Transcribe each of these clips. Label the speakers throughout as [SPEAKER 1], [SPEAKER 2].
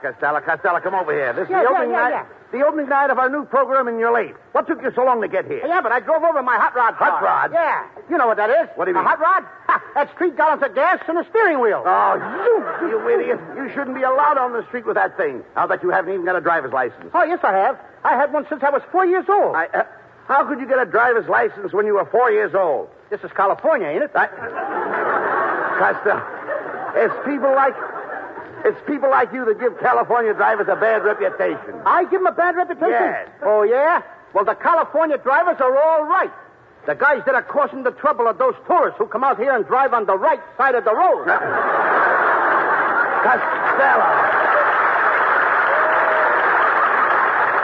[SPEAKER 1] Costello. Costello, come over here. This
[SPEAKER 2] Yeah,
[SPEAKER 1] is the
[SPEAKER 2] yeah,
[SPEAKER 1] opening
[SPEAKER 2] yeah,
[SPEAKER 1] night.
[SPEAKER 2] yeah.
[SPEAKER 1] The opening night of our new program, and you're late. What took you so long to get here?
[SPEAKER 2] Yeah, but I drove over in my hot rod.
[SPEAKER 1] Hot
[SPEAKER 2] car.
[SPEAKER 1] rod?
[SPEAKER 2] Yeah. You know what that is?
[SPEAKER 1] What do you
[SPEAKER 2] a
[SPEAKER 1] mean?
[SPEAKER 2] hot rod? Ha, that's three gallons of gas and a steering wheel.
[SPEAKER 1] Oh, you, you idiot. You shouldn't be allowed on the street with that thing. Now that you haven't even got a driver's license.
[SPEAKER 2] oh, yes, I have. I had one since I was four years old.
[SPEAKER 1] I, uh, how could you get a driver's license when you were four years old?
[SPEAKER 2] This is California, ain't it?
[SPEAKER 1] I... Costello, it's people like... It's people like you that give California drivers a bad reputation.
[SPEAKER 2] I give them a bad reputation?
[SPEAKER 1] Yes.
[SPEAKER 2] Oh, yeah? Well, the California drivers are all right. The guys that are causing the trouble are those tourists who come out here and drive on the right side of the road.
[SPEAKER 1] Costello.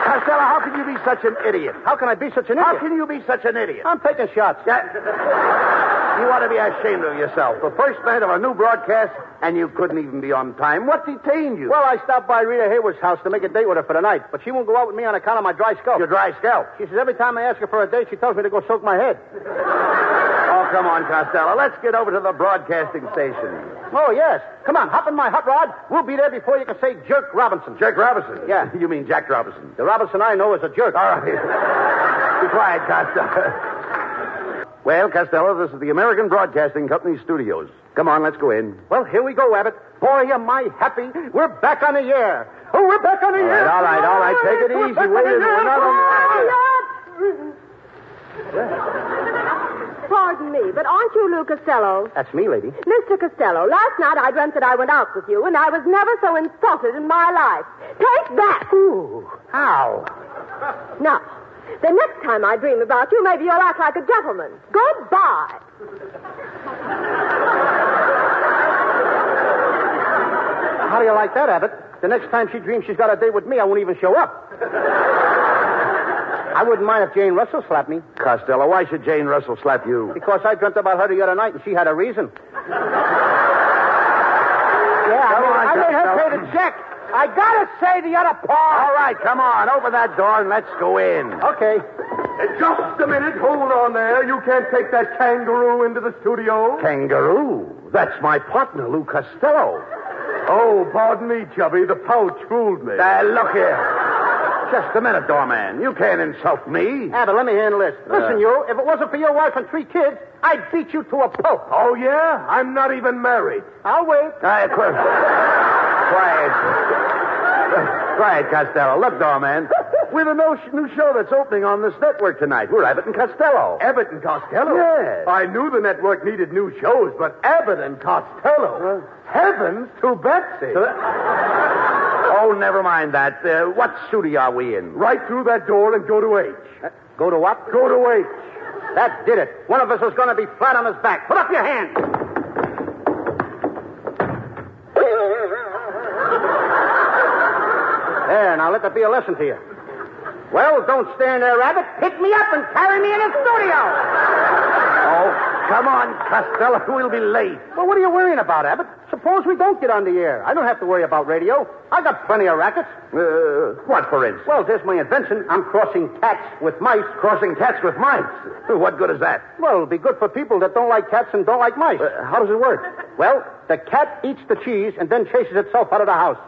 [SPEAKER 1] Costello, how can you be such an idiot?
[SPEAKER 2] How can I be such an idiot?
[SPEAKER 1] How can you be such an idiot?
[SPEAKER 2] I'm taking shots.
[SPEAKER 1] That- You ought to be ashamed of yourself. The first night of a new broadcast, and you couldn't even be on time. What detained you?
[SPEAKER 2] Well, I stopped by Rita Hayward's house to make a date with her for the night, but she won't go out with me on account of my dry scalp.
[SPEAKER 1] your dry scalp.
[SPEAKER 2] She says every time I ask her for a date, she tells me to go soak my head.
[SPEAKER 1] Oh, come on, Costello. Let's get over to the broadcasting station.
[SPEAKER 2] Oh, yes. Come on, hop in my hot rod. We'll be there before you can say Jerk Robinson.
[SPEAKER 1] Jack Robinson.
[SPEAKER 2] Yeah.
[SPEAKER 1] You mean Jack Robinson.
[SPEAKER 2] The Robinson I know is a jerk.
[SPEAKER 1] All right. Be quiet, Costello. Well, Costello, this is the American Broadcasting Company studios. Come on, let's go in.
[SPEAKER 2] Well, here we go, Abbott. Boy, am I happy. We're back on the air. Oh, we're back on the
[SPEAKER 1] All
[SPEAKER 2] air.
[SPEAKER 1] right, all right, all right. Take it
[SPEAKER 2] We're
[SPEAKER 1] easy.
[SPEAKER 2] back on
[SPEAKER 1] Wait
[SPEAKER 2] the
[SPEAKER 1] a minute.
[SPEAKER 2] air.
[SPEAKER 1] We're not on the-
[SPEAKER 3] Pardon me, but aren't you Lou Costello?
[SPEAKER 2] That's me, lady.
[SPEAKER 3] Mr. Costello, last night I dreamt that I went out with you, and I was never so insulted in my life. Take that!
[SPEAKER 2] Ooh, how?
[SPEAKER 3] Now, the next time I dream about you, maybe you'll act like a gentleman. Goodbye.
[SPEAKER 2] How do you like that, Abbott? The next time she dreams she's got a date with me, I won't even show up. I wouldn't mind if Jane Russell slapped me,
[SPEAKER 1] Costello, why should Jane Russell slap you?
[SPEAKER 2] because I dreamt about her the other night, and she had a reason. yeah, I
[SPEAKER 1] Come
[SPEAKER 2] made,
[SPEAKER 1] on,
[SPEAKER 2] I made her pay
[SPEAKER 1] Costello.
[SPEAKER 2] the check. I gotta say the other
[SPEAKER 1] All
[SPEAKER 2] part.
[SPEAKER 1] right, come on. Open that door and let's go in.
[SPEAKER 2] Okay.
[SPEAKER 4] Just a minute. Hold on there. You can't take that kangaroo into the studio.
[SPEAKER 1] Kangaroo. That's my partner, Lou Costello.
[SPEAKER 4] Oh, pardon me, Chubby. The pouch fooled me.
[SPEAKER 1] Uh, look here. Just a minute, doorman. You can't insult me.
[SPEAKER 2] Abbott, let me handle this. Listen,
[SPEAKER 1] Uh.
[SPEAKER 2] you, if it wasn't for your wife and three kids, I'd beat you to a pulp.
[SPEAKER 4] Oh, yeah? I'm not even married.
[SPEAKER 2] I'll wait.
[SPEAKER 1] Quiet, qu- quiet. Quiet, Costello. Look, doorman. We've a no- new show that's opening on this network tonight. We're Abbott and Costello.
[SPEAKER 4] Abbott and Costello?
[SPEAKER 1] Yes.
[SPEAKER 4] I knew the network needed new shows, but Abbott and Costello? Heavens to Betsy.
[SPEAKER 1] Oh, never mind that. Uh, what studio are we in?
[SPEAKER 4] Right through that door and go to H.
[SPEAKER 2] Uh, Go to what?
[SPEAKER 4] Go to H.
[SPEAKER 2] That did it. One of us is going to be flat on his back. Put up your hand. There, now let that be a lesson to you. Well, don't stand there, Rabbit. Pick me up and carry me in the studio.
[SPEAKER 1] Oh, come on, Costello. We'll be late.
[SPEAKER 2] Well, what are you worrying about, Abbott? Suppose we don't get on the air. I don't have to worry about radio. I got plenty of rackets.
[SPEAKER 1] Uh, what, for instance?
[SPEAKER 2] Well, there's my invention. I'm crossing cats with mice.
[SPEAKER 1] Crossing cats with mice. What good is that?
[SPEAKER 2] Well, it'll be good for people that don't like cats and don't like mice.
[SPEAKER 1] Uh, how does it work?
[SPEAKER 2] Well, the cat eats the cheese and then chases itself out of the house.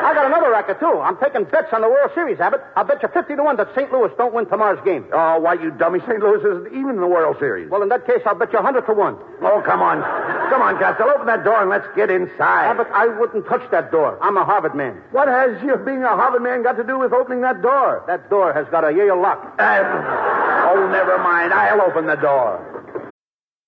[SPEAKER 2] I got another racket, too. I'm taking bets on the World Series, Abbott. I'll bet you 50 to 1 that St. Louis don't win tomorrow's game.
[SPEAKER 1] Oh, why, you dummy. St. Louis isn't even in the World Series.
[SPEAKER 2] Well, in that case, I'll bet you 100 to 1.
[SPEAKER 1] oh, come on. Come on, Costello. Open that door and let's get inside.
[SPEAKER 2] Abbott, I wouldn't touch that door. I'm a Harvard man.
[SPEAKER 1] what has your being a Harvard man got to do with opening that door?
[SPEAKER 2] That door has got a Yale lock.
[SPEAKER 1] Um, oh, never mind. I'll open the door.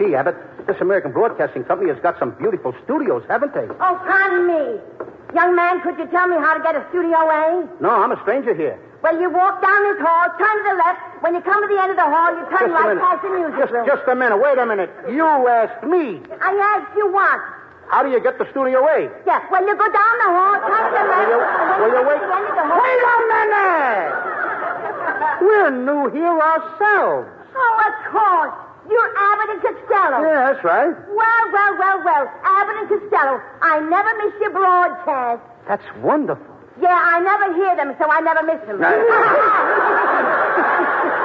[SPEAKER 2] Gee, Abbott, this American Broadcasting Company has got some beautiful studios, haven't they?
[SPEAKER 5] Oh, pardon me. Young man, could you tell me how to get a studio A?
[SPEAKER 2] No, I'm a stranger here.
[SPEAKER 5] Well, you walk down this hall, turn to the left. When you come to the end of the hall, you
[SPEAKER 2] Just a
[SPEAKER 5] turn right
[SPEAKER 2] minute.
[SPEAKER 5] past the music
[SPEAKER 2] Just,
[SPEAKER 5] room.
[SPEAKER 2] just a minute. Wait a minute. You asked me.
[SPEAKER 5] I asked you once.
[SPEAKER 2] How do you get to Studio A?
[SPEAKER 5] Yes, well, you go down the hall, turn to the
[SPEAKER 2] Will
[SPEAKER 5] left.
[SPEAKER 2] you-
[SPEAKER 5] and when
[SPEAKER 2] will you wait?
[SPEAKER 5] When you go home.
[SPEAKER 2] Wait a minute! We're new here ourselves.
[SPEAKER 5] Oh, of course. You're Abbott and Costello.
[SPEAKER 2] Yeah, that's right.
[SPEAKER 5] Well, well, well, well. Abbott and Costello. I never miss your broadcast.
[SPEAKER 2] That's wonderful.
[SPEAKER 5] Yeah, I never hear them, so I never miss them.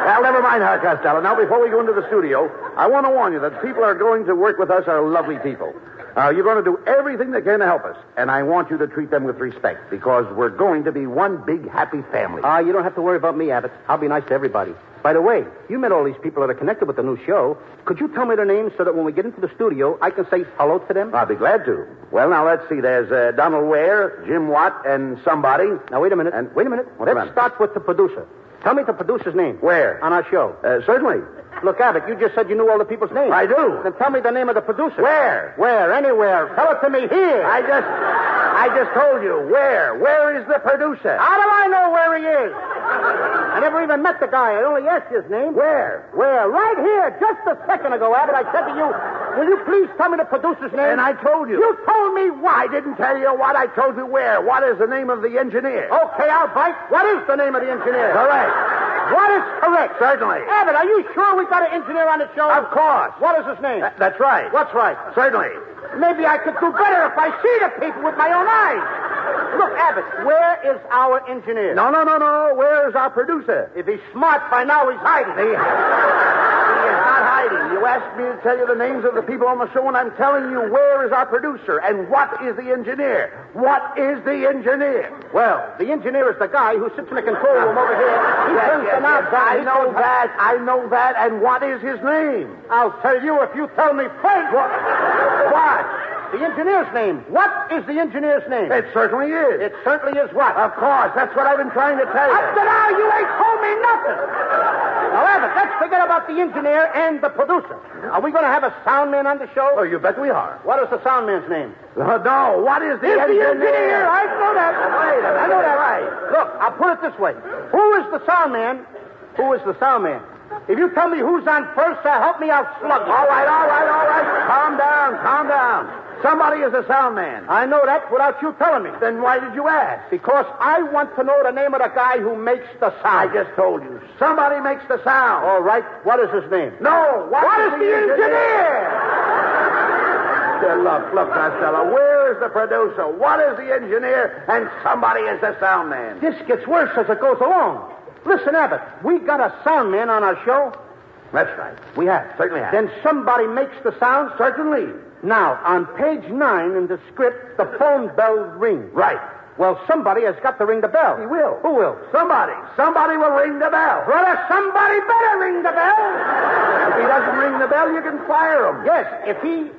[SPEAKER 1] Well, never mind her, Costello. Now, before we go into the studio, I want to warn you that the people are going to work with us are lovely people. Uh, you're going to do everything they can to help us, and I want you to treat them with respect because we're going to be one big happy family.
[SPEAKER 2] Ah, you don't have to worry about me, Abbott. I'll be nice to everybody. By the way, you met all these people that are connected with the new show. Could you tell me their names so that when we get into the studio, I can say hello to them?
[SPEAKER 1] I'll be glad to. Well, now let's see. There's uh, Donald Ware, Jim Watt, and somebody.
[SPEAKER 2] now, wait a minute.
[SPEAKER 1] And-
[SPEAKER 2] wait a minute.
[SPEAKER 1] What's the
[SPEAKER 2] Let's
[SPEAKER 1] matter?
[SPEAKER 2] start with the producer. Tell me the producer's name.
[SPEAKER 1] Where?
[SPEAKER 2] On our show.
[SPEAKER 1] Uh, certainly.
[SPEAKER 2] Look, Abbott, you just said you knew all the people's names.
[SPEAKER 1] I do.
[SPEAKER 2] Then tell me the name of the producer.
[SPEAKER 1] Where?
[SPEAKER 2] Where? Anywhere. Tell it to me here.
[SPEAKER 1] I just, I just told you. Where? Where is the producer?
[SPEAKER 2] How do I know where he is? I never even met the guy. I only asked his name.
[SPEAKER 1] Where?
[SPEAKER 2] Where? Right here, just a second ago, Abbott. I said to you, will you please tell me the producer's name?
[SPEAKER 1] And I told you.
[SPEAKER 2] You told me what?
[SPEAKER 1] I didn't tell you what. I told you where. What is the name of the engineer?
[SPEAKER 2] Okay, I'll bite. What is the name of the engineer?
[SPEAKER 1] correct.
[SPEAKER 2] What is correct?
[SPEAKER 1] Certainly.
[SPEAKER 2] Abbott, are you sure we got an engineer on the show?
[SPEAKER 1] Of course.
[SPEAKER 2] What is his name?
[SPEAKER 1] Th- That's right.
[SPEAKER 2] What's right?
[SPEAKER 1] Certainly.
[SPEAKER 2] Maybe I could do better if I see the people with my own eyes. Look, Abbott, where is our engineer?
[SPEAKER 1] No, no, no, no. Where's our producer?
[SPEAKER 2] If he's smart by now, he's hiding.
[SPEAKER 1] He, he is not hiding. You asked me to tell you the names of the people on the show, and I'm telling you where is our producer and what is the engineer? What is the engineer?
[SPEAKER 2] Well, the engineer is the guy who sits in the control room over here. He
[SPEAKER 1] Yes,
[SPEAKER 2] turns
[SPEAKER 1] yes,
[SPEAKER 2] the knobs
[SPEAKER 1] yes.
[SPEAKER 2] on.
[SPEAKER 1] I
[SPEAKER 2] He
[SPEAKER 1] know
[SPEAKER 2] turns-
[SPEAKER 1] that. I know that. And what is his name?
[SPEAKER 2] I'll tell you if you tell me first. What? The engineer's name. What is the engineer's name?
[SPEAKER 1] It certainly is.
[SPEAKER 2] It certainly is what?
[SPEAKER 1] Of course. That's what I've been trying to tell
[SPEAKER 2] Up to
[SPEAKER 1] you.
[SPEAKER 2] now, you ain't told me nothing. Now, Abbott, let's forget about the engineer and the producer. Are we going to have a sound man on the show?
[SPEAKER 1] Oh, you bet we are.
[SPEAKER 2] What is the sound man's name?
[SPEAKER 1] No, no. What is the
[SPEAKER 2] It's
[SPEAKER 1] engineer?
[SPEAKER 2] I know that.
[SPEAKER 1] Wait a minute.
[SPEAKER 2] I know that.
[SPEAKER 1] Right.
[SPEAKER 2] Look, I'll put it this way. Who is the sound man? Who is the sound man? If you tell me who's on first, uh, help me out, slug.
[SPEAKER 1] All right, all right, all right. Calm down, calm down. Somebody is a sound man.
[SPEAKER 2] I know that without you telling me.
[SPEAKER 1] Then why did you ask?
[SPEAKER 2] Because I want to know the name of the guy who makes the
[SPEAKER 1] I
[SPEAKER 2] sound.
[SPEAKER 1] just told you. Somebody makes the sound.
[SPEAKER 2] All right. What is his name?
[SPEAKER 1] No, what,
[SPEAKER 2] What is the
[SPEAKER 1] engineer? look, look, Costello. Where is the producer? What is the engineer? And somebody is the sound man.
[SPEAKER 2] This gets worse as it goes along. Listen, Abbott, we got a sound man on our show.
[SPEAKER 1] That's right.
[SPEAKER 2] We have.
[SPEAKER 1] Certainly have.
[SPEAKER 2] Then somebody makes the sound? Certainly. Now, on page nine in the script, the phone bell rings.
[SPEAKER 1] Right.
[SPEAKER 2] Well, somebody has got to ring the bell. He
[SPEAKER 1] will.
[SPEAKER 2] Who will?
[SPEAKER 1] Somebody, somebody will ring the bell.
[SPEAKER 2] Brother, somebody better ring the bell.
[SPEAKER 1] If he doesn't ring the bell, you can fire him.
[SPEAKER 2] Yes, if he.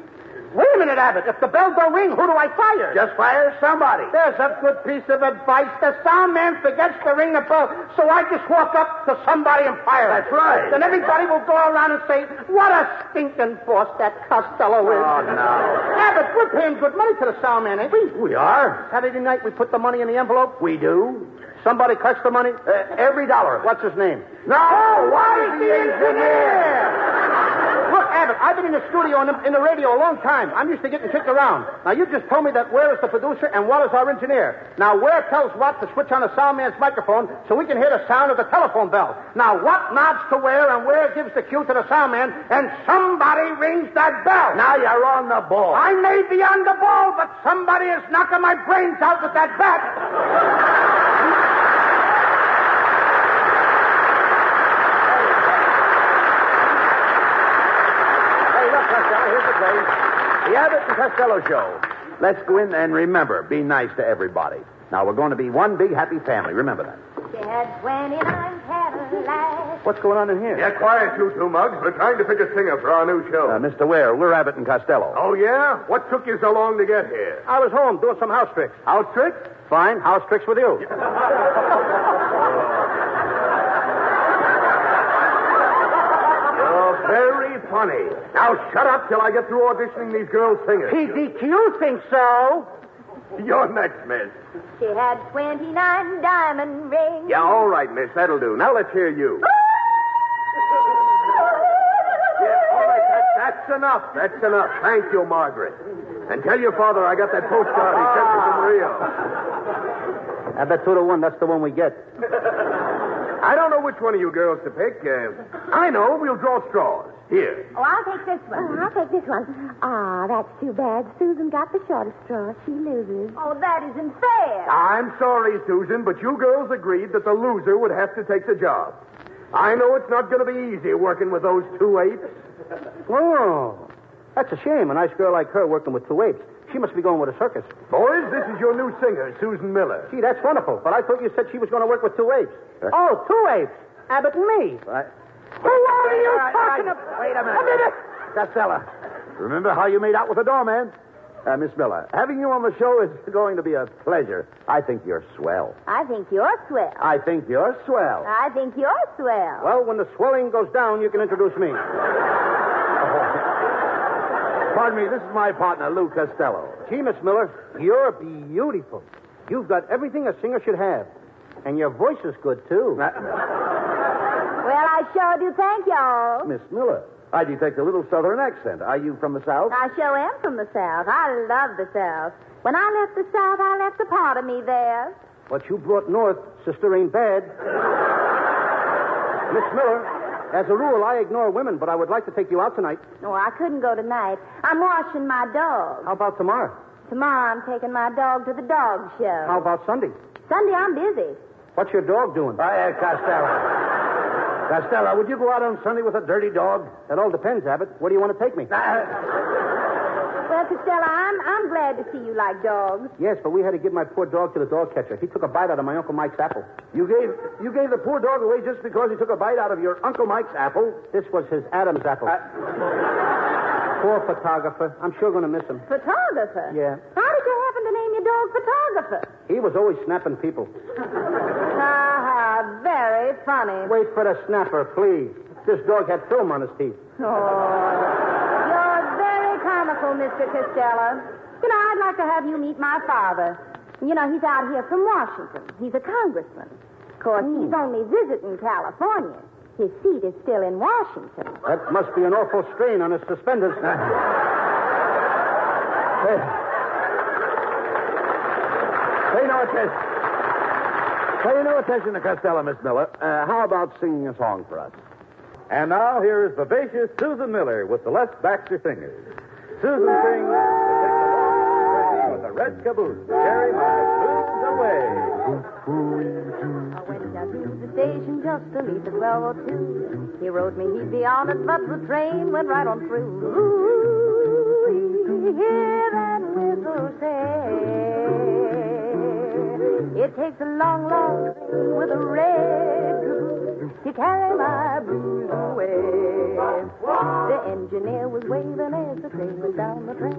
[SPEAKER 2] Wait a minute, Abbott. If the bell don't ring, who do I fire?
[SPEAKER 1] Just fire somebody.
[SPEAKER 2] There's a good piece of advice. The sound man forgets to ring the bell, so I just walk up to somebody and fire.
[SPEAKER 1] That's right.
[SPEAKER 2] Then everybody will go around and say, "What a stinking force that Costello is!"
[SPEAKER 1] Oh, no.
[SPEAKER 2] Abbott, we're paying good money to the sound man, ain't we?
[SPEAKER 1] We are.
[SPEAKER 2] Saturday night we put the money in the envelope.
[SPEAKER 1] We do.
[SPEAKER 2] Somebody cuts the money.
[SPEAKER 1] Uh, every dollar.
[SPEAKER 2] What's his name? Oh,
[SPEAKER 1] No,
[SPEAKER 2] Why is the engineer? Look, Abbott, I've been in the studio and in the radio a long time. I'm used to getting kicked around. Now, you just told me that where is the producer and what is our engineer. Now, where tells what to switch on the sound man's microphone so we can hear the sound of the telephone bell. Now, what nods to where and where gives the cue to the sound man and somebody rings that bell.
[SPEAKER 1] Now you're on the ball.
[SPEAKER 2] I may be on the ball, but somebody is knocking my brains out with that bat.
[SPEAKER 1] Hey, look, Costello, here's the place. The Abbott and Costello Show. Let's go in and remember, be nice to everybody. Now, we're going to be one big happy family. Remember that.
[SPEAKER 5] She had 29 Cadillacs.
[SPEAKER 2] What's going on in here?
[SPEAKER 4] Yeah, quiet, you two mugs. We're trying to pick a singer for our new show.
[SPEAKER 1] Uh, Mr. Ware, we're Abbott and Costello.
[SPEAKER 4] oh, yeah? What took you so long to get here?
[SPEAKER 2] I was home doing some house tricks. House tricks? Fine, house tricks with you.
[SPEAKER 4] You're very funny. Now shut up till I get through auditioning these girl singers.
[SPEAKER 2] PDQ thinks so.
[SPEAKER 4] You're next, miss.
[SPEAKER 5] She had 29 diamond rings.
[SPEAKER 4] Yeah, all right, miss. That'll do. Now let's hear you. yeah, all right, that, that's That's enough. That's enough. Thank you, Margaret. And tell your father I got that postcard he sent me from Rio.
[SPEAKER 2] I bet two to one, that's the one we get.
[SPEAKER 4] I don't know which one of you girls to pick. Uh, I know. We'll draw straws. Here.
[SPEAKER 5] Oh, I'll take this one.
[SPEAKER 6] I'll take this one. Ah, that's too bad. Susan got the shortest straw. She loses.
[SPEAKER 5] Oh, that isn't fair.
[SPEAKER 4] I'm sorry, Susan, but you girls agreed that the loser would have to take the job. I know it's not going to be easy working with those two apes.
[SPEAKER 2] Oh, that's a shame. A nice girl like her working with two apes. She must be going with a circus.
[SPEAKER 4] Boys, this is your new singer, Susan Miller.
[SPEAKER 2] Gee, that's wonderful. But I thought you said she was going to work with two apes. Oh, two apes. Abbott and me. Who are you talking about? Wait a minute. A minute.
[SPEAKER 1] Costello, remember how you made out with the doorman? Uh, Miss Miller, having you on the show is going to be a pleasure. I think you're swell.
[SPEAKER 5] I think you're swell.
[SPEAKER 1] I think you're swell.
[SPEAKER 5] I think you're swell.
[SPEAKER 2] Well, when the swelling goes down, you can introduce me.
[SPEAKER 1] Pardon me, this is my partner, Lou Costello.
[SPEAKER 2] Gee, Miss Miller, you're beautiful. You've got everything a singer should have. And your voice is good, too.
[SPEAKER 1] Uh,
[SPEAKER 5] Well, I sure do thank y'all.
[SPEAKER 1] Miss Miller, I detect a little southern accent. Are you from the South?
[SPEAKER 5] I sure am from the South. I love the South. When I left the South, I left a part of me there.
[SPEAKER 2] What you brought north, sister, ain't bad. Miss Miller, as a rule, I ignore women, but I would like to take you out tonight.
[SPEAKER 5] No, I couldn't go tonight. I'm washing my dog.
[SPEAKER 2] How about tomorrow?
[SPEAKER 5] Tomorrow, I'm taking my dog to the dog show.
[SPEAKER 2] How about Sunday?
[SPEAKER 5] Sunday, I'm busy.
[SPEAKER 2] What's your dog doing?
[SPEAKER 1] Hiya, Costello. Costello, would you go out on Sunday with a dirty dog?
[SPEAKER 2] That all depends, Abbott. Where do you want to take me?
[SPEAKER 5] Well, Costello, I'm, I'm glad to see you like dogs.
[SPEAKER 2] Yes, but we had to give my poor dog to the dog catcher. He took a bite out of my Uncle Mike's apple.
[SPEAKER 1] You gave you gave the poor dog away just because he took a bite out of your Uncle Mike's apple. Uh,
[SPEAKER 2] This was his Adam's apple. poor photographer. I'm sure going to miss him.
[SPEAKER 5] Photographer?
[SPEAKER 2] Yeah.
[SPEAKER 5] How did you happen to name your dog Photographer?
[SPEAKER 2] He was always snapping people.
[SPEAKER 5] Ah, ha, very funny.
[SPEAKER 2] Wait for the snapper, please. This dog had film on his teeth.
[SPEAKER 5] Oh, You're very comical, Mr. Costello. You know, I'd like to have you meet my father. You know, he's out here from Washington. He's a congressman. Of course, he's only visiting California. His seat is still in Washington.
[SPEAKER 2] That must be an awful strain on his suspenders. Hey.
[SPEAKER 1] Pay no attention. Pay no attention to Costello, Miss Miller. Uh, how about singing a song for us? And now here is vivacious Susan Miller with the Les Baxter Singers. Susan sings with the red caboose. Carry my blues away.
[SPEAKER 5] When I reached the station just to meet the 1202, he wrote me he'd be on it, but the train went right on through. Ooh, hear that whistle say, it takes a long, long train with a red caboose to carry my blues away. The engineer was waving as the train went down the track.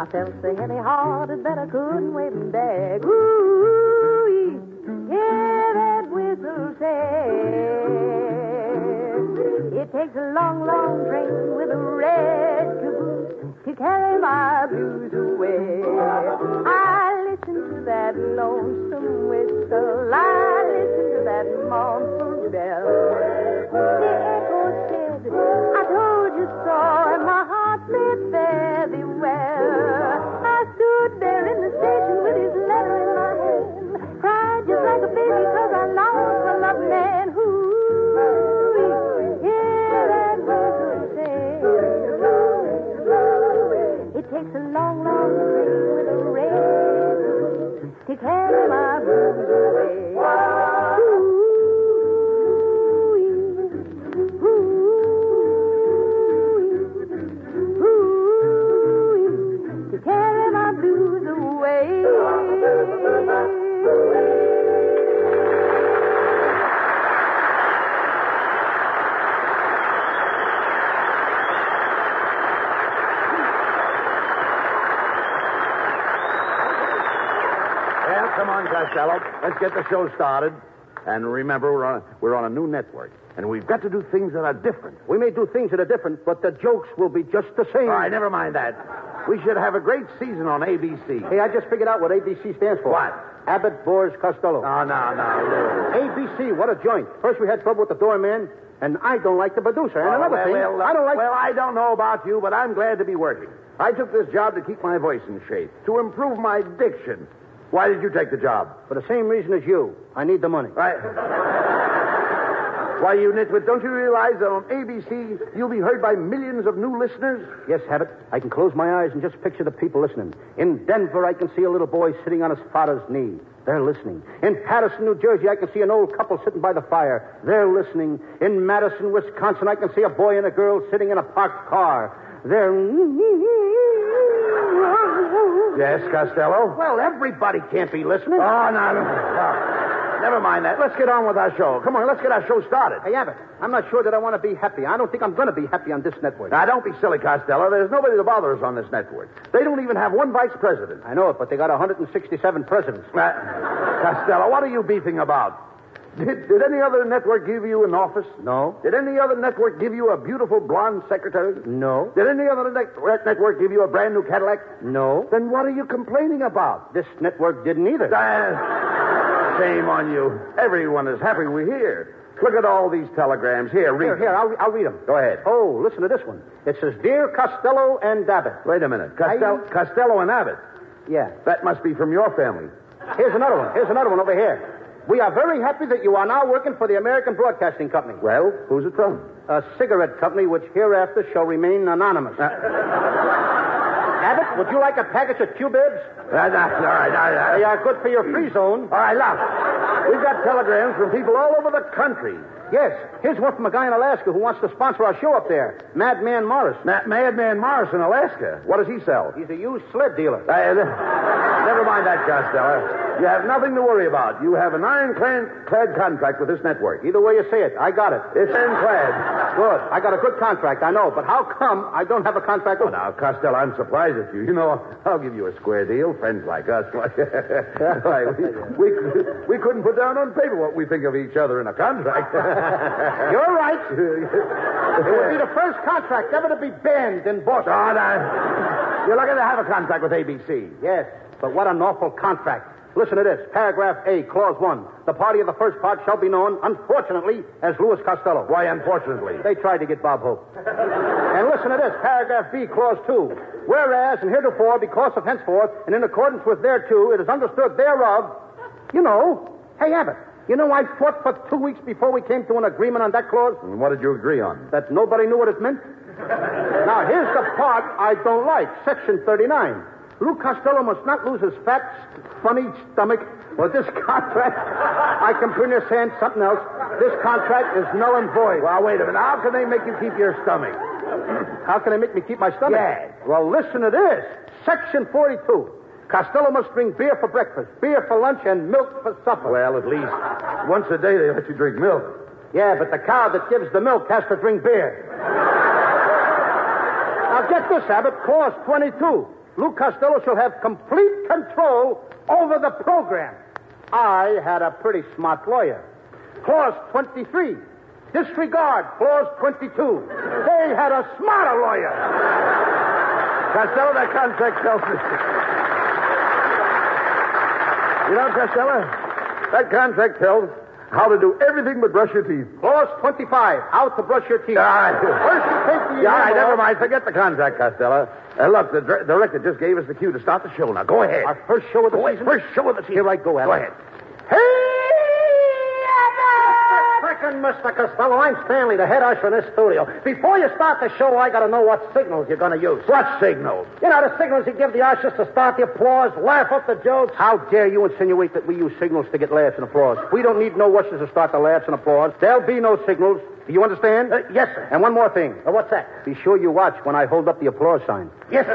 [SPEAKER 5] I felt so heavy-hearted that I couldn't wave him back. Ooh, hear that whistle say. It takes a long, long train with a red caboose to carry my blues away. I listen to that lonesome whistle. I listen to that mournful bell. The echo said, I told you so, and my heart beat very well. I stood there in the station with his letter in my hand, cried just like a baby 'cause I longed for love man who. Hear that whistle say. It takes a long, long train with a rail to carry my blues away. Ooh-ee, ooh-ee, ooh-ee, to carry my blues away.
[SPEAKER 1] Yeah, come on, Costello. Let's get the show started. And remember, we're on, we're on a new network, and we've got to do things that are different.
[SPEAKER 2] We may do things that are different, but the jokes will be just the same.
[SPEAKER 1] All right, never mind that. We should have a great season on ABC.
[SPEAKER 2] Hey, I just figured out what ABC stands for.
[SPEAKER 1] What?
[SPEAKER 2] Abbott Bors Costello.
[SPEAKER 1] No, no, no, Lou.
[SPEAKER 2] ABC, what a joint. First we had trouble with the doorman, And I don't like the producer. And
[SPEAKER 1] Well,
[SPEAKER 2] another
[SPEAKER 1] well,
[SPEAKER 2] thing,
[SPEAKER 1] well,
[SPEAKER 2] I don't like.
[SPEAKER 1] Well, I don't know about you, but I'm glad to be working. I took this job to keep my voice in shape, to improve my diction. Why did you take the job?
[SPEAKER 2] for the same reason as you, I need the money.
[SPEAKER 1] Why? Why, you nitwit, don't you realize that on ABC you'll be heard by millions of new listeners?
[SPEAKER 2] Yes, Habit, I can close my eyes and just picture the people listening. In Denver, I can see a little boy sitting on his father's knee. They're listening. In Patterson, New Jersey, I can see an old couple sitting by the fire. They're listening. In Madison, Wisconsin, I can see a boy and a girl sitting in a parked car. They're.
[SPEAKER 1] Yes, Costello.
[SPEAKER 2] Well, everybody can't be listening.
[SPEAKER 1] Oh, no, no, no. Never mind that. Let's get on with our show. Come on, let's get our show started.
[SPEAKER 2] Hey, Abbott, I'm not sure that I want to be happy. I don't think I'm going to be happy on this network.
[SPEAKER 1] Now, don't be silly, Costello. There's nobody to bother us on this network. They don't even have one vice president.
[SPEAKER 2] I know it, but they got 167 presidents.
[SPEAKER 1] Uh, Costello, what are you beefing about? Did, did any other network give you an office?
[SPEAKER 2] No.
[SPEAKER 1] Did any other network give you a beautiful blonde secretary?
[SPEAKER 2] No.
[SPEAKER 1] Did any other net- network give you a brand new Cadillac?
[SPEAKER 2] No.
[SPEAKER 1] Then what are you complaining about?
[SPEAKER 2] This network didn't either.
[SPEAKER 1] Uh, shame on you. Everyone is happy we're here. Look at all these telegrams. Here, read
[SPEAKER 2] Here,
[SPEAKER 1] them.
[SPEAKER 2] here, I'll, I'll read them.
[SPEAKER 1] Go ahead.
[SPEAKER 2] Oh, listen to this one. It says, Dear Costello and Abbott.
[SPEAKER 1] Wait a minute. Costello, Costello and Abbott.
[SPEAKER 2] Yeah.
[SPEAKER 1] That must be from your family.
[SPEAKER 2] Here's another one. Here's another one over here. We are very happy that you are now working for the American Broadcasting Company,
[SPEAKER 1] Well, who's it from?
[SPEAKER 2] a cigarette company which hereafter shall remain anonymous.
[SPEAKER 1] Uh,
[SPEAKER 2] Abbott, would you like a package of
[SPEAKER 1] Uh,
[SPEAKER 2] Q-bibs?
[SPEAKER 1] that's all right. All right.
[SPEAKER 2] They are good for your free zone.
[SPEAKER 1] All right, look. We've got telegrams from people all over the country.
[SPEAKER 2] Yes, here's one from a guy in Alaska who wants to sponsor our show up there, Madman Morris.
[SPEAKER 1] Ma- Madman Morris in Alaska. What does he sell?
[SPEAKER 2] He's a used sled dealer.
[SPEAKER 1] Uh, n- never mind that, Costello. You have nothing to worry about. You have an ironclad clad contract with this network.
[SPEAKER 2] Either way you say it, I got it.
[SPEAKER 1] It's ironclad.
[SPEAKER 2] Good. I got a good contract, I know, but how come I don't have a contract?
[SPEAKER 1] Oh, now, Costello, I'm surprised at you. You know, I'll give you a square deal. Friends like us, why, why, we, we, we couldn't put down on paper what we think of each other in a contract.
[SPEAKER 2] You're right. It would be the first contract ever to be banned in Boston.
[SPEAKER 1] Oh, now, you're lucky to have a contract with ABC.
[SPEAKER 2] Yes, but what an awful contract. Listen to this. Paragraph A, Clause 1. The party of the first part shall be known, unfortunately, as Louis Costello.
[SPEAKER 1] Why, unfortunately.
[SPEAKER 2] They tried to get Bob Hope. and listen to this, paragraph B, clause two. Whereas, and heretofore, because of henceforth, and in accordance with thereto, it is understood thereof, you know, hey, Abbott, you know, I fought for two weeks before we came to an agreement on that clause
[SPEAKER 1] And what did you agree on?
[SPEAKER 2] that nobody knew what it meant? now, here's the part I don't like. Section 39. Lou Costello must not lose his fat, st- funny stomach. Well, this contract, I can pretty near saying something else. This contract is null and void.
[SPEAKER 1] Well, wait a minute. How can they make you keep your stomach?
[SPEAKER 2] How can they make me keep my stomach?
[SPEAKER 1] Yes.
[SPEAKER 2] Well, listen to this. Section 42. Costello must bring beer for breakfast, beer for lunch, and milk for supper.
[SPEAKER 1] Well, at least once a day they let you drink milk.
[SPEAKER 2] yeah, but the cow that gives the milk has to drink beer. now get this, Abbott. Clause 22. Lou Costello shall have complete control over the program. I had a pretty smart lawyer. Clause 23. Disregard clause 22. They had a smarter lawyer.
[SPEAKER 1] Costello, that contract tells me. You know, Costello, that contract tells how to do everything but brush your teeth.
[SPEAKER 2] Clause 25, how to brush your teeth.
[SPEAKER 1] All right.
[SPEAKER 2] First you take the
[SPEAKER 1] Yeah, all right,
[SPEAKER 2] enamel
[SPEAKER 1] never
[SPEAKER 2] off.
[SPEAKER 1] mind. Forget the contract, Costello. Uh, look, the dir- director just gave us the cue to start the show. Now, go ahead.
[SPEAKER 2] Our first show of the
[SPEAKER 1] Go ahead.
[SPEAKER 2] season.
[SPEAKER 1] First show of the season.
[SPEAKER 2] Here I go, Alan.
[SPEAKER 1] Go ahead.
[SPEAKER 2] Frickin' Mr. Costello, I'm Stanley, the head usher in this studio. Before you start the show, I gotta know what signals you're gonna use.
[SPEAKER 1] What signal?
[SPEAKER 2] You know, the signals you give the ushers to start the applause, laugh up the jokes. How dare you insinuate that we use signals to get laughs and applause? We don't need no ushers to start the laughs and applause. There'll be no signals. Do you understand?
[SPEAKER 1] Uh, yes, sir.
[SPEAKER 2] And one more thing.
[SPEAKER 1] what's that?
[SPEAKER 2] Be sure you watch when I hold up the applause sign.
[SPEAKER 1] Yes,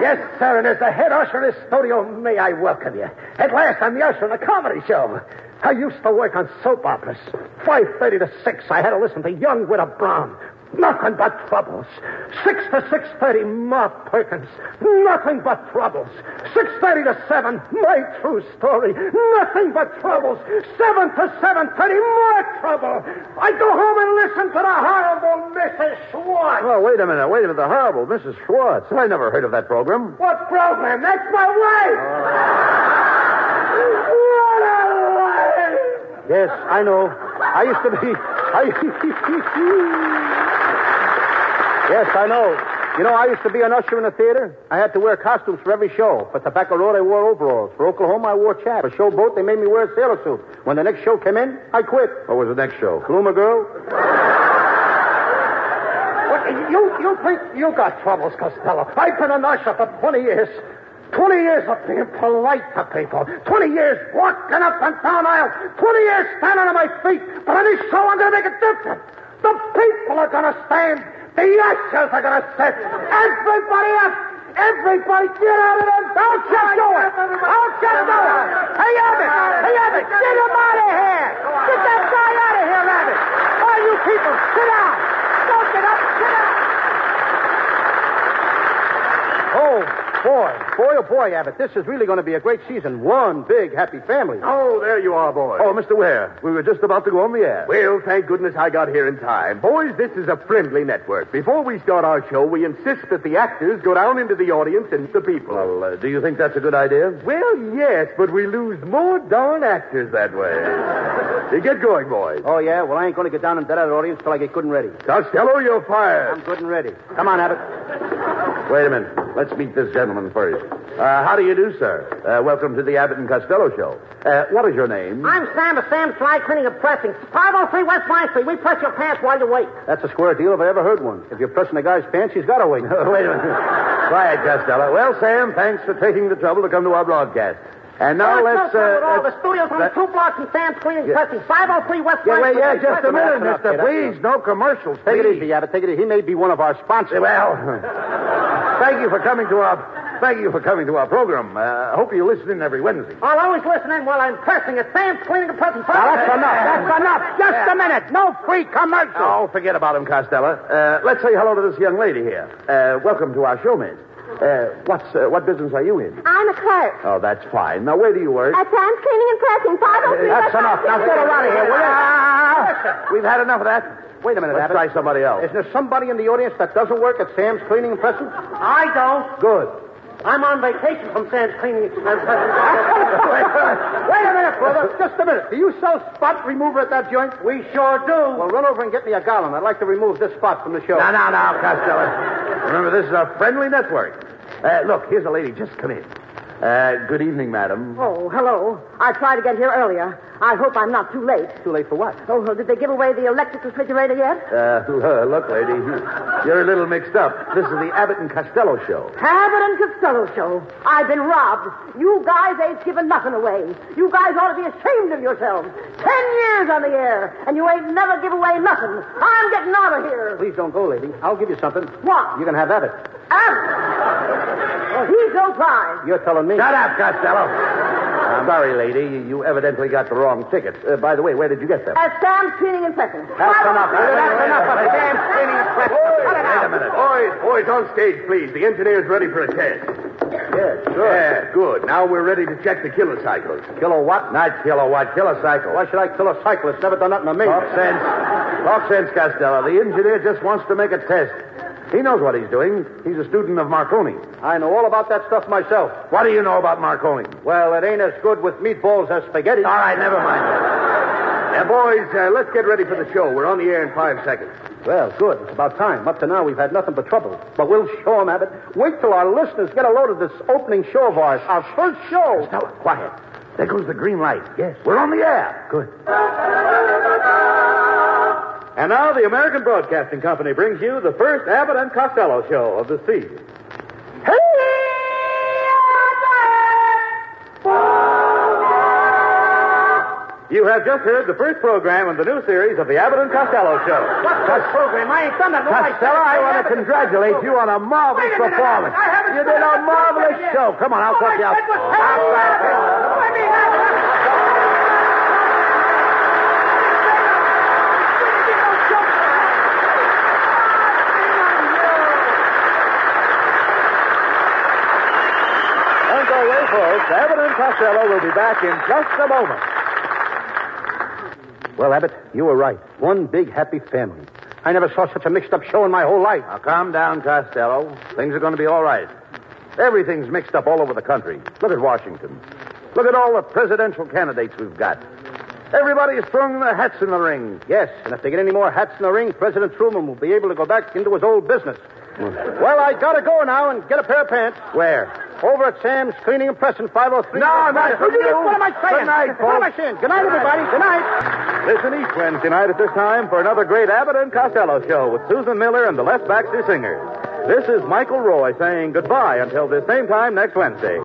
[SPEAKER 1] yes, sir. And as the head usher in this studio, may I welcome you. At last, I'm the usher in a comedy show. I used to work on soap operas. Five thirty to six, I had to listen to Young Widow Brown. Nothing but troubles. Six to six thirty, Mark Perkins. Nothing but troubles. Six thirty to seven, my true story. Nothing but troubles. Seven to seven thirty, more trouble. I go home and listen to the horrible Mrs. Schwartz. Oh, wait a minute, wait a minute. The horrible Mrs. Schwartz. I never heard of that program.
[SPEAKER 2] What program? That's my wife!
[SPEAKER 1] What a life!
[SPEAKER 2] Yes, I know. I used to be. Yes, I know. You know, I used to be an usher in a theater. I had to wear costumes for every show. For Tobacco Road, I wore overalls. For Oklahoma, I wore chaps. For Showboat, they made me wear a sailor suit. When the next show came in, I quit.
[SPEAKER 1] What was the next show?
[SPEAKER 2] Bloomer girl. what, you, you think you got troubles, Costello? I've been an usher for 20 years. 20 years of being polite to people. 20 years walking up and down aisles. 20 years standing on my feet. But any show I'm going to make a difference. The people are going to stand. The ushers are going to stand. Everybody else. Everybody get out of there. Don't you do it. Don't you do it. Hey, Abbott. Hey, Abbott. Get him out of here. Get that guy out of here, Abbott. All you people, sit down. Don't get up. Sit down. Oh, boy. Boy, oh, boy, Abbott. This is really going to be a great season. One big happy family.
[SPEAKER 4] Oh, there you are, boys.
[SPEAKER 1] Oh, Mr. Ware, we were just about to go on the air.
[SPEAKER 4] Well, thank goodness I got here in time. Boys, this is a friendly network. Before we start our show, we insist that the actors go down into the audience and meet the people.
[SPEAKER 1] Well, uh, do you think that's a good idea?
[SPEAKER 4] Well, yes, but we lose more darn actors that way. you get going, boys.
[SPEAKER 2] Oh, yeah? Well, I ain't going to get down into that audience till I get good and ready.
[SPEAKER 4] Costello, you're
[SPEAKER 2] I'm
[SPEAKER 4] fired.
[SPEAKER 2] good and ready. Come on, Abbott.
[SPEAKER 1] Wait a minute. Let's meet this gentleman first. Uh, how do you do, sir? Uh, welcome to the Abbott and Costello Show. Uh, what is your name?
[SPEAKER 7] I'm Sam of Sam's Fly Cleaning and Pressing. 503 West Vine Street. We press your pants while you wait.
[SPEAKER 2] That's a square deal if I ever heard one. If you're pressing a guy's pants, he's got to wait.
[SPEAKER 1] Wait a minute. Quiet, Costello. Well, Sam, thanks for taking the trouble to come to our broadcast. And now
[SPEAKER 7] Oh, it's
[SPEAKER 1] let's. uh,
[SPEAKER 7] no trouble at all.
[SPEAKER 1] let's-
[SPEAKER 7] the studio's only
[SPEAKER 1] let-
[SPEAKER 7] two blocks from Sam's Cleaning
[SPEAKER 1] Yeah.
[SPEAKER 7] and Pressing. 503 West
[SPEAKER 1] Yeah,
[SPEAKER 7] Vine
[SPEAKER 1] wait,
[SPEAKER 7] Street.
[SPEAKER 1] yeah,
[SPEAKER 7] We
[SPEAKER 1] just a
[SPEAKER 7] press-
[SPEAKER 1] minute,
[SPEAKER 2] Get up,
[SPEAKER 1] mister.
[SPEAKER 2] get up.
[SPEAKER 1] Please, no commercials.
[SPEAKER 2] Take it
[SPEAKER 1] please.
[SPEAKER 2] easy, Abbott. Take it easy. He may be one of our sponsors.
[SPEAKER 1] Well, thank you for coming to our thank you for coming to our program. Uh, hope you listen in every Wednesday.
[SPEAKER 7] I'll always listen in while I'm pressing at Sam's Cleaning and Pressing.
[SPEAKER 2] Now, that's enough. That's enough. Just a minute. No free commercials.
[SPEAKER 1] Oh, forget about him, Costello. Uh, let's say hello to this young lady here. Uh, welcome to our show, miss. Uh, what's uh, what business are you in?
[SPEAKER 3] I'm a clerk.
[SPEAKER 1] Oh, that's fine. Now, where do you work?
[SPEAKER 3] At Sam's Cleaning and Pressing, 503
[SPEAKER 1] That's
[SPEAKER 3] West Vine
[SPEAKER 1] enough. Now
[SPEAKER 3] Street.
[SPEAKER 1] get her out of here, will you? We've had enough of that.
[SPEAKER 2] Wait a minute,
[SPEAKER 1] Let's
[SPEAKER 2] Abbott.
[SPEAKER 1] try somebody else.
[SPEAKER 2] Is there somebody in the audience that doesn't work at Sam's Cleaning and Pressing?
[SPEAKER 7] I don't.
[SPEAKER 2] Good.
[SPEAKER 7] I'm on vacation from Sam's Cleaning and Pressing.
[SPEAKER 2] Wait a minute, brother. Just a minute. Do you sell spot remover at that joint?
[SPEAKER 7] we sure do.
[SPEAKER 2] Well, run over and get me a gallon. I'd like to remove this spot from the show.
[SPEAKER 1] Now, now, now, Costello. Remember, this is a friendly network. Uh, look, here's a lady just come in. Uh, good evening, madam.
[SPEAKER 3] Oh, hello. I tried to get here earlier. I hope I'm not too late.
[SPEAKER 2] Too late for what?
[SPEAKER 3] Oh, did they give away the electric refrigerator yet?
[SPEAKER 1] Uh, look, lady, you're a little mixed up. This is the Abbott and Costello show.
[SPEAKER 3] Abbott and Costello show. I've been robbed. You guys ain't given nothing away. You guys ought to be ashamed of yourselves. Ten years on the air, and you ain't never give away nothing. I'm getting out of here.
[SPEAKER 2] Please don't go, lady. I'll give you something.
[SPEAKER 3] What?
[SPEAKER 2] You can have at it.
[SPEAKER 3] Abbott! He's no prize.
[SPEAKER 2] You're telling me.
[SPEAKER 1] Shut up, Costello. I'm sorry, lady. You evidently got the wrong ticket. Uh, by the way, where did you get them?
[SPEAKER 3] At Sam's Cleaning and Pressing.
[SPEAKER 2] That's enough. That's enough of the damn cleaning and pressing. Cut it
[SPEAKER 1] Wait
[SPEAKER 2] out.
[SPEAKER 1] a minute.
[SPEAKER 4] Boys, boys, on stage, please. The engineer's ready for a test.
[SPEAKER 1] Yes,
[SPEAKER 4] Yeah, good. Now we're ready to check the killer cycles.
[SPEAKER 1] Kilo what? Not kilowatt, kilocycle.
[SPEAKER 2] Why should I kill a cyclist? Never done nothing to me.
[SPEAKER 1] Talk sense. Talk sense, Costello. The engineer just wants to make a test. He knows what he's doing. He's a student of Marconi.
[SPEAKER 2] I know all about that stuff myself.
[SPEAKER 1] What do you know about Marconi?
[SPEAKER 2] Well, it ain't as good with meatballs as spaghetti.
[SPEAKER 1] All right, never mind.
[SPEAKER 4] Now, boys, uh, let's get ready for the show. We're on the air in five seconds.
[SPEAKER 2] Well, good. It's about time. Up to now, we've had nothing but trouble. But we'll show 'em, Abbott. Wait till our listeners get a load of this opening show of ours, our first show.
[SPEAKER 1] Costello, quiet. There goes the green light. Yes. We're on the air. Good.
[SPEAKER 4] And now the American Broadcasting Company brings you the first Abbott and Costello show of the season. You have just heard the first program in the new series of the Abbott and Costello show.
[SPEAKER 7] What's this program? I ain't done that. Nobody
[SPEAKER 1] Costello,
[SPEAKER 7] said it.
[SPEAKER 1] I want to congratulate you on a marvelous
[SPEAKER 7] Wait a minute,
[SPEAKER 1] performance.
[SPEAKER 7] I haven't- I haven't
[SPEAKER 1] You
[SPEAKER 7] said
[SPEAKER 1] did a
[SPEAKER 7] it.
[SPEAKER 1] marvelous
[SPEAKER 7] Yes.
[SPEAKER 1] show. Come on, I'll
[SPEAKER 7] All I
[SPEAKER 1] cut you out.
[SPEAKER 7] said was Sam
[SPEAKER 1] All right.
[SPEAKER 7] Cleaning and Pressing. I mean, that's-
[SPEAKER 4] Don't go away, folks. Abbott and Costello will be back in just a moment.
[SPEAKER 2] Well, Abbott, you were right. One big happy family. I never saw such a mixed up show in my whole life.
[SPEAKER 1] Now, calm down, Costello. Things are going to be all right. Everything's mixed up all over the country. Look at Washington. Look at all the presidential candidates we've got.
[SPEAKER 2] Everybody has thrown their hats in the ring.
[SPEAKER 1] Yes, and if they get any more hats in the ring, President Truman will be able to go back into his old business. well, I gotta go now and get a pair of pants.
[SPEAKER 2] Where?
[SPEAKER 1] Over at Sam's Cleaning and Pressing, 503.
[SPEAKER 2] No, not
[SPEAKER 1] What
[SPEAKER 2] you.
[SPEAKER 1] am I
[SPEAKER 2] Good
[SPEAKER 1] saying?
[SPEAKER 2] night,
[SPEAKER 1] What am I
[SPEAKER 2] folks.
[SPEAKER 1] saying? Good night, everybody. Good night.
[SPEAKER 2] Listen each Wednesday night at this time for another great Abbott and Costello show with Susan Miller and the Les Baxter Singers. This is Michael Roy saying goodbye until this same time next Wednesday.